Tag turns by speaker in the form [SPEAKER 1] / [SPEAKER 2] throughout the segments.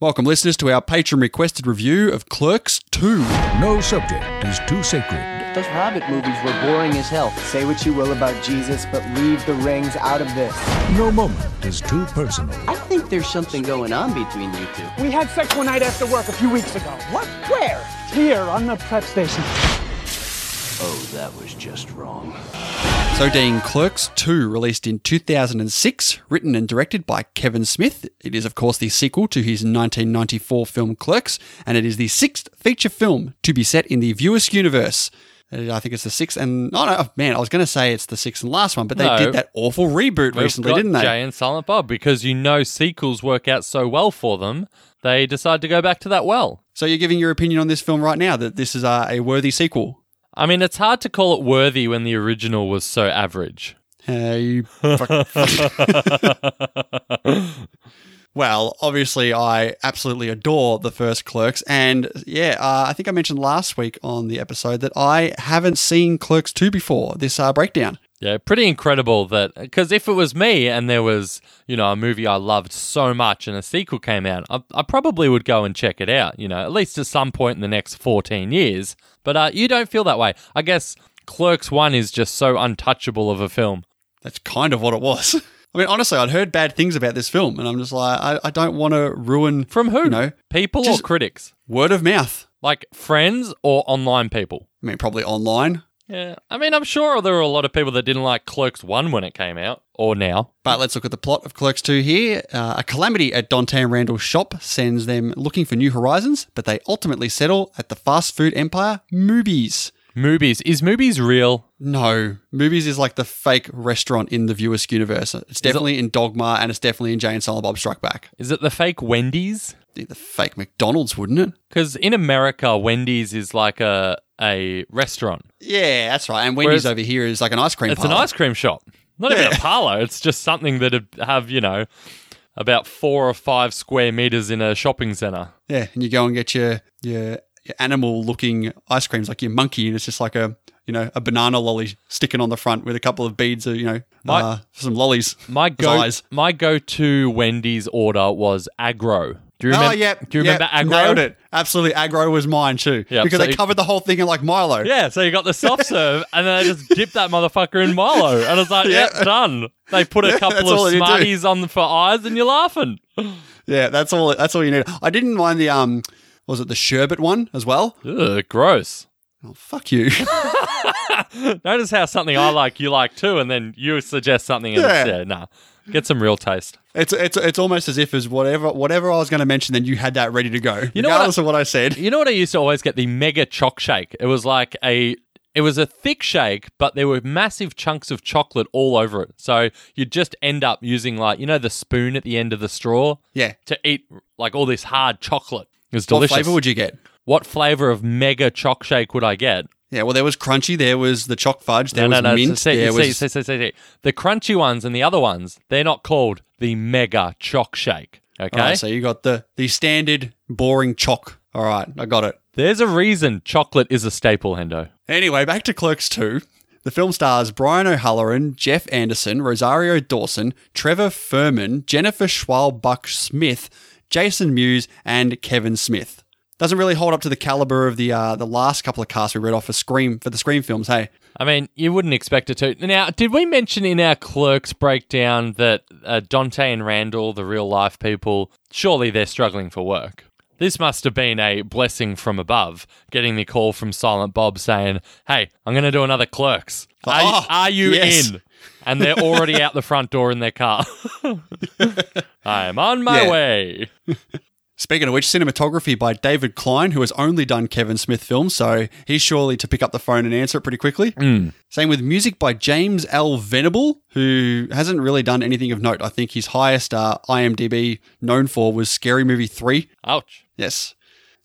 [SPEAKER 1] Welcome, listeners, to our patron requested review of Clerks 2.
[SPEAKER 2] No subject is too sacred.
[SPEAKER 3] Those Hobbit movies were boring as hell.
[SPEAKER 4] Say what you will about Jesus, but leave the rings out of this.
[SPEAKER 2] No moment is too personal.
[SPEAKER 3] I think there's something going on between you two.
[SPEAKER 5] We had sex one night after work a few weeks ago.
[SPEAKER 4] What? Where?
[SPEAKER 5] Here on the prep station.
[SPEAKER 3] Oh, that was just wrong.
[SPEAKER 1] So, Dean, Clerks 2, released in 2006, written and directed by Kevin Smith. It is, of course, the sequel to his 1994 film Clerks, and it is the sixth feature film to be set in the Viewers universe. Uh, I think it's the sixth, and oh no, man, I was going to say it's the sixth and last one, but they
[SPEAKER 6] No.
[SPEAKER 1] did that awful reboot
[SPEAKER 6] We've
[SPEAKER 1] recently,
[SPEAKER 6] got
[SPEAKER 1] didn't they?
[SPEAKER 6] Jay and Silent Bob, because you know sequels work out so well for them, they decide to go back to that well.
[SPEAKER 1] So, you're giving your opinion on this film right now that this is uh, a worthy sequel.
[SPEAKER 6] I mean, it's hard to call it worthy when the original was so average.
[SPEAKER 1] Uh, you fuck- fuck. well, obviously, I absolutely adore the first Clerks, and yeah, uh, I think I mentioned last week on the episode that I haven't seen Clerks two before this uh, breakdown.
[SPEAKER 6] Yeah, pretty incredible that because if it was me and there was you know a movie I loved so much and a sequel came out, I, I probably would go and check it out. You know, at least at some point in the next fourteen years. But uh, you don't feel that way, I guess. Clerks one is just so untouchable of a film.
[SPEAKER 1] That's kind of what it was. I mean, honestly, I'd heard bad things about this film, and I'm just like, I, I don't want to ruin
[SPEAKER 6] From who?
[SPEAKER 1] You know,
[SPEAKER 6] people
[SPEAKER 1] just-
[SPEAKER 6] or critics?
[SPEAKER 1] word of mouth.
[SPEAKER 6] Like friends or online people?
[SPEAKER 1] I mean, probably online,
[SPEAKER 6] Yeah, I mean, I'm sure there were a lot of people that didn't like Clerks one when it came out or now.
[SPEAKER 1] But let's look at the plot of Clerks 2 here. Uh, a calamity at Dontan Randall's shop sends them looking for new horizons, but they ultimately settle at the fast food empire, Moobies.
[SPEAKER 6] Movies is movies real?
[SPEAKER 1] No, Moobies is like the fake restaurant in the Viewersk universe. It's definitely in Dogma and it's definitely in Jay and Silent Bob Strike Back.
[SPEAKER 6] Is it the fake Wendy's?
[SPEAKER 1] The the fake McDonald's, wouldn't it?
[SPEAKER 6] Because in America, Wendy's is like a a restaurant.
[SPEAKER 1] Yeah, that's right. And Wendy's
[SPEAKER 6] Whereas-
[SPEAKER 1] over here is like an ice cream
[SPEAKER 6] It's an
[SPEAKER 1] parlor.
[SPEAKER 6] ice cream shop, not even a parlor. It's just something that have you know about four or five square meters in a shopping center.
[SPEAKER 1] Yeah, and you go and get your your, your animal looking ice creams, like your monkey, and it's just like a you know a banana lolly sticking on the front with a couple of beads of you know
[SPEAKER 6] My-
[SPEAKER 1] uh, some lollies.
[SPEAKER 6] My
[SPEAKER 1] as
[SPEAKER 6] go
[SPEAKER 1] eyes.
[SPEAKER 6] my go to Wendy's order was aggro. Do you remember?
[SPEAKER 1] oh yep.
[SPEAKER 6] Do you remember
[SPEAKER 1] yep,
[SPEAKER 6] aggro?
[SPEAKER 1] Nailed it. Absolutely, aggro was mine too.
[SPEAKER 6] Yep,
[SPEAKER 1] because
[SPEAKER 6] so
[SPEAKER 1] they
[SPEAKER 6] you-
[SPEAKER 1] covered the whole thing in like Milo.
[SPEAKER 6] Yeah, so you got the soft serve, and then they just dip that motherfucker in Milo, and it's like,
[SPEAKER 1] Yeah.
[SPEAKER 6] yep, done. They put a
[SPEAKER 1] Yeah, that's
[SPEAKER 6] couple
[SPEAKER 1] all
[SPEAKER 6] of
[SPEAKER 1] you do.
[SPEAKER 6] Smarties on for eyes, and you're laughing.
[SPEAKER 1] Yeah, that's all. That's all you need. I didn't mind the um, what was it the sherbet one as well?
[SPEAKER 6] Ugh, gross.
[SPEAKER 1] Oh, fuck you.
[SPEAKER 6] Notice how something I like you like too, and then you suggest something and
[SPEAKER 1] Yeah.
[SPEAKER 6] it's, yeah, nah. Get some real taste.
[SPEAKER 1] it's it's it's almost as if as whatever whatever I was going to mention, then you had that ready to go,
[SPEAKER 6] You know what I-
[SPEAKER 1] regardless of what I said.
[SPEAKER 6] You know what I used to always get? The mega choc shake. It was like a it was a thick shake, but there were massive chunks of chocolate all over it. So you'd just end up using like, you know, the spoon at the end of the straw
[SPEAKER 1] Yeah.
[SPEAKER 6] to eat like all this hard chocolate. It was
[SPEAKER 1] What
[SPEAKER 6] delicious.
[SPEAKER 1] flavor would you get?
[SPEAKER 6] what flavor of mega choc shake would I get?
[SPEAKER 1] Yeah, well, there was crunchy, there was the choc fudge, there was mint,
[SPEAKER 6] see,
[SPEAKER 1] there
[SPEAKER 6] see,
[SPEAKER 1] was
[SPEAKER 6] see, see, see, see. The crunchy ones and the other ones, they're not called the mega choc shake. Okay.
[SPEAKER 1] All right, so you got the the standard boring choc. All right, I got it.
[SPEAKER 6] There's a reason chocolate is a staple, Hendo.
[SPEAKER 1] Anyway, back to Clerks 2. The film stars Brian O'Halloran, Jeff Anderson, Rosario Dawson, Trevor Furman, Jennifer Schwalbuck Smith, Jason Mewes, and Kevin Smith. Doesn't really hold up to the caliber of the uh, the last couple of casts we read off for Scream for the Scream films. Hey,
[SPEAKER 6] I mean, you wouldn't expect it to. Now, did we mention in our clerks breakdown that uh, Dante and Randall, the real life people, surely they're struggling for work? This must have been a blessing from above, getting the call from Silent Bob saying, Hey, I'm going to do another clerks. Are,
[SPEAKER 1] Oh,
[SPEAKER 6] are you
[SPEAKER 1] yes.
[SPEAKER 6] in? And they're already out the front door in their car. I'm on my
[SPEAKER 1] Yeah.
[SPEAKER 6] way.
[SPEAKER 1] Speaking of which, cinematography by David Klein, who has only done Kevin Smith films, so he's surely to pick up the phone and answer it pretty quickly. Same with music by James L. Venable, who hasn't really done anything of note. I think his highest uh, IMDb known for was Scary Movie 3.
[SPEAKER 6] Ouch.
[SPEAKER 1] Yes.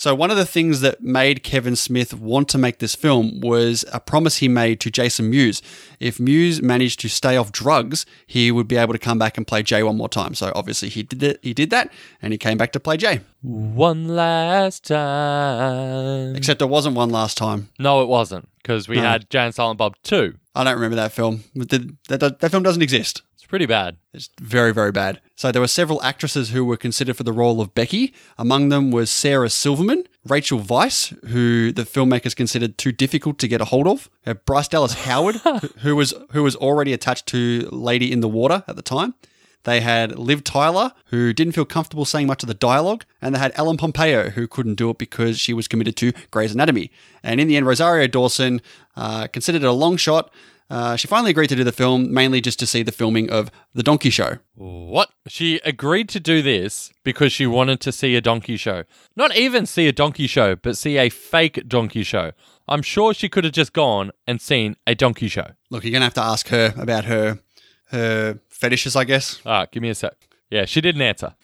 [SPEAKER 1] So, one of the things that made Kevin Smith want to make this film was a promise he made to Jason Mewes. If Mewes managed to stay off drugs, he would be able to come back and play Jay one more time. So, obviously, he did, it, he did that and he came back to play Jay.
[SPEAKER 6] One last time.
[SPEAKER 1] Except it wasn't one last time.
[SPEAKER 6] no, it wasn't, because we had Jan Silent Bob 2.
[SPEAKER 1] I don't remember that film. But did- That, that, that film doesn't exist.
[SPEAKER 6] It's pretty bad.
[SPEAKER 1] It's very, very bad. So there were several actresses who were considered for the role of Becky. Among them was Sarah Silverman, Rachel Weisz, who the filmmakers considered too difficult to get a hold of, uh, Bryce Dallas Howard, who- who was who was already attached to Lady in the Water at the time. They had Liv Tyler, who didn't feel comfortable saying much of the dialogue, and they had Ellen Pompeo, who couldn't do it because she was committed to Grey's Anatomy. And in the end, Rosario Dawson uh, considered it a long shot. Uh, she finally agreed to do the film, mainly just to see the filming of The Donkey Show.
[SPEAKER 6] What? She agreed to do this because she wanted to see a donkey show. Not even see a donkey show, but see a fake donkey show. I'm sure she could have just gone and seen a donkey show.
[SPEAKER 1] Look, you're gonna have to ask her about her her fetishes, I guess.
[SPEAKER 6] Ah, give me a sec. Yeah, she didn't answer.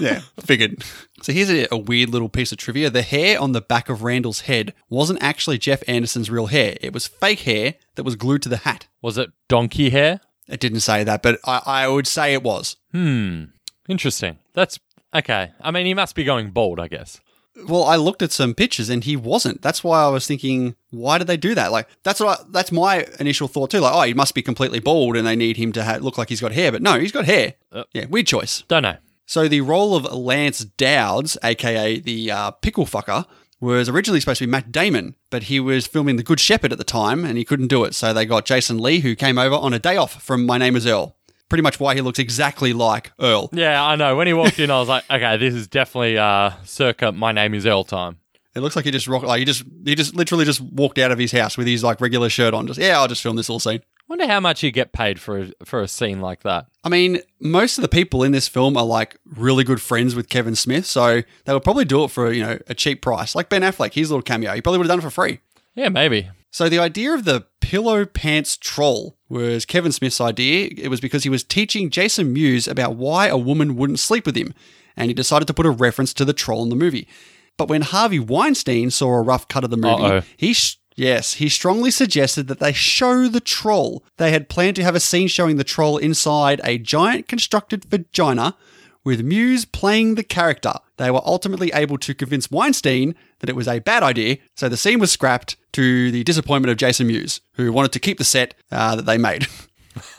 [SPEAKER 1] Yeah, figured. So here's a, a weird little piece of trivia: the hair on the back of Randall's head wasn't actually Jeff Anderson's real hair; it was fake hair that was glued to the hat.
[SPEAKER 6] Was it donkey hair?
[SPEAKER 1] It didn't say that, but I, I would say it was.
[SPEAKER 6] Interesting. That's okay. I mean, he must be going bald, I guess.
[SPEAKER 1] Well, I looked at some pictures and he wasn't. That's why I was thinking, why did they do that? Like, that's what I, that's my initial thought too. Like, oh, he must be completely bald and they need him to ha- look like he's got hair, but no, he's got hair. yeah, weird choice.
[SPEAKER 6] Don't know.
[SPEAKER 1] So the role of Lance Dowds, aka the uh, pickle fucker, was originally supposed to be Matt Damon, but he was filming The Good Shepherd at the time and he couldn't do it. So they got Jason Lee, who came over on a day off from My Name Is Earl. Pretty much why he looks exactly like Earl.
[SPEAKER 6] Yeah, I know. When he walked in, I was like, okay, this is definitely uh, circa my name is Earl time.
[SPEAKER 1] It looks like he just rock, like he just he just literally just walked out of his house with his like regular shirt on. Just yeah, I'll just film this little scene.
[SPEAKER 6] Wonder how much you get paid for a, for a scene like that.
[SPEAKER 1] I mean, most of the people in this film are like really good friends with Kevin Smith, so they would probably do it for you know a cheap price. Like Ben Affleck, his little cameo, he probably would have done it for free.
[SPEAKER 6] Yeah, maybe.
[SPEAKER 1] So the idea of the pillow pants troll was Kevin Smith's idea. It was because he was teaching Jason Mewes about why a woman wouldn't sleep with him, and he decided to put a reference to the troll in the movie. But when Harvey Weinstein saw a rough cut of the movie,
[SPEAKER 6] Uh-oh.
[SPEAKER 1] he sh- yes, he strongly suggested that they show the troll. They had planned to have a scene showing the troll inside a giant constructed vagina with Muse playing the character. They were ultimately able to convince Weinstein that it was a bad idea, so the scene was scrapped to the disappointment of Jason Mewes, who wanted to keep the set uh, that they made.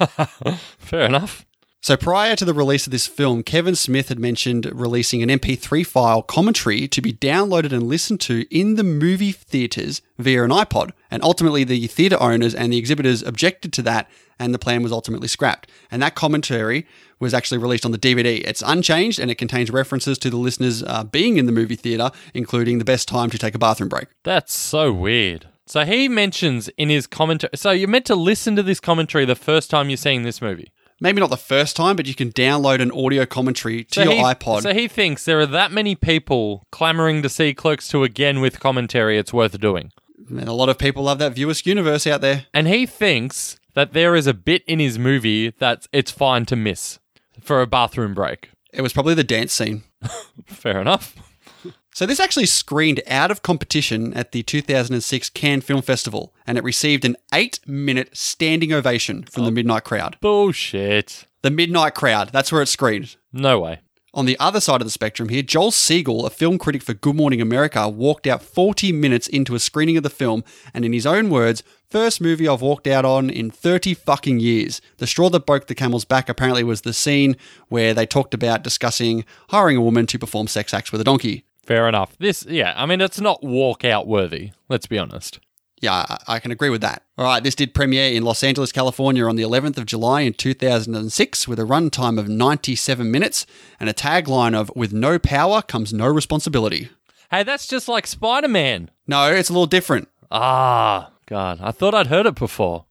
[SPEAKER 6] Fair enough.
[SPEAKER 1] So prior to the release of this film, Kevin Smith had mentioned releasing an MP3 file commentary to be downloaded and listened to in the movie theaters via an iPod. And ultimately, the theater owners and the exhibitors objected to that, and the plan was ultimately scrapped. And that commentary was actually released on the DVD. It's unchanged and it contains references to the listeners uh, being in the movie theater, including the best time to take a bathroom break.
[SPEAKER 6] That's so weird. So he mentions in his commentary. So you're meant to listen to this commentary the first time you're seeing this movie.
[SPEAKER 1] Maybe not the first time, but you can download an audio commentary to
[SPEAKER 6] So
[SPEAKER 1] your
[SPEAKER 6] he,
[SPEAKER 1] iPod.
[SPEAKER 6] So he thinks there are that many people clamoring to see Clerks 2 again with commentary. It's worth doing.
[SPEAKER 1] and a lot of people love that Viewers universe out there.
[SPEAKER 6] And he thinks that there is a bit in his movie that it's fine to miss for a bathroom break.
[SPEAKER 1] It was probably the dance scene.
[SPEAKER 6] Fair enough.
[SPEAKER 1] So this actually screened out of competition at the 2006 Cannes Film Festival, and it received an eight-minute standing ovation from the Midnight Crowd.
[SPEAKER 6] Bullshit.
[SPEAKER 1] The Midnight Crowd, that's where it screened.
[SPEAKER 6] No way.
[SPEAKER 1] On the other side of the spectrum here, Joel Siegel, a film critic for Good Morning America, walked out 40 minutes into a screening of the film, and in his own words, first movie I've walked out on in 30 fucking years. The straw that broke the camel's back apparently was the scene where they talked about discussing hiring a woman to perform sex acts with a donkey.
[SPEAKER 6] Fair enough. This, yeah, I mean, it's not walkout worthy. Let's be honest.
[SPEAKER 1] Yeah, I- I can agree with that. All right, this did premiere in Los Angeles, California on the 11th of July in 2006 with a runtime of 97 minutes and a tagline of With no power comes no responsibility.
[SPEAKER 6] Hey, that's just like Spider Man.
[SPEAKER 1] No, it's a little different.
[SPEAKER 6] Ah, God. I thought I'd heard it before.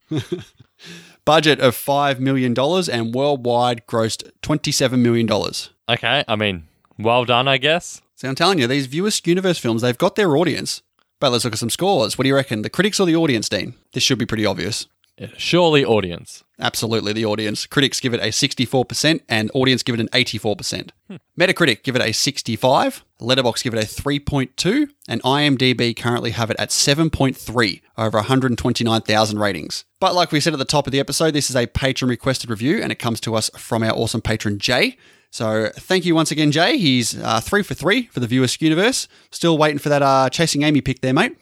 [SPEAKER 1] Budget of $5 million and worldwide grossed $27 million. So
[SPEAKER 6] Okay. I mean, well done, I guess.
[SPEAKER 1] I'm telling you, these viewers universe films, they've got their audience. But let's look at some scores. What do you reckon? The critics or the audience, Dean? This should be pretty obvious.
[SPEAKER 6] Surely, audience.
[SPEAKER 1] Absolutely, the audience. Critics give it a 64%, and audience give it an 84%. Metacritic give it a 65, Letterbox give it a 3.2, and IMDb currently have it at 7.3 over 129,000 ratings. But like we said at the top of the episode, this is a patron requested review, and it comes to us from our awesome patron Jay. So thank you once again, Jay. He's uh, three for three for the Viewers Universe. Still waiting for that uh, Chasing Amy pick there, mate.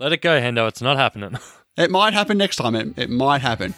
[SPEAKER 6] Let it go, Hendo. It's not happening.
[SPEAKER 1] It might happen next time. It, it might happen.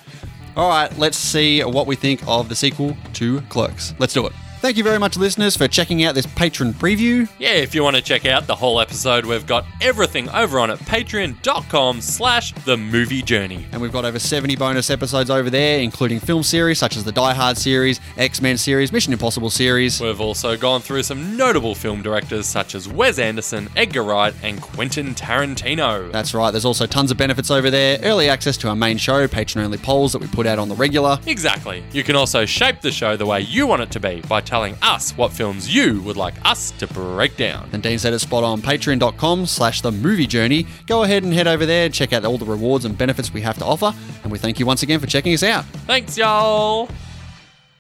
[SPEAKER 1] All right, let's see what we think of the sequel to Clerks. Let's do it. Thank you very much, listeners, for checking out this patron preview.
[SPEAKER 6] Yeah, if you want to check out the whole episode, we've got everything over on at patreon.com slash the movie journey.
[SPEAKER 1] And we've got over 70 bonus episodes over there, including film series such as the Die Hard series, X Men series, Mission Impossible series.
[SPEAKER 6] We've also gone through some notable film directors such as Wes Anderson, Edgar Wright, and Quentin Tarantino.
[SPEAKER 1] That's right, there's also tons of benefits over there early access to our main show, patron only polls that we put out on the regular.
[SPEAKER 6] Exactly. You can also shape the show the way you want it to be by telling us what films you would like us to break down.
[SPEAKER 1] And Dean said it's spot on patreon.com slash the movie journey. Go ahead and head over there, check out all the rewards and benefits we have to offer. And we thank you once again for checking us out.
[SPEAKER 6] Thanks, y'all!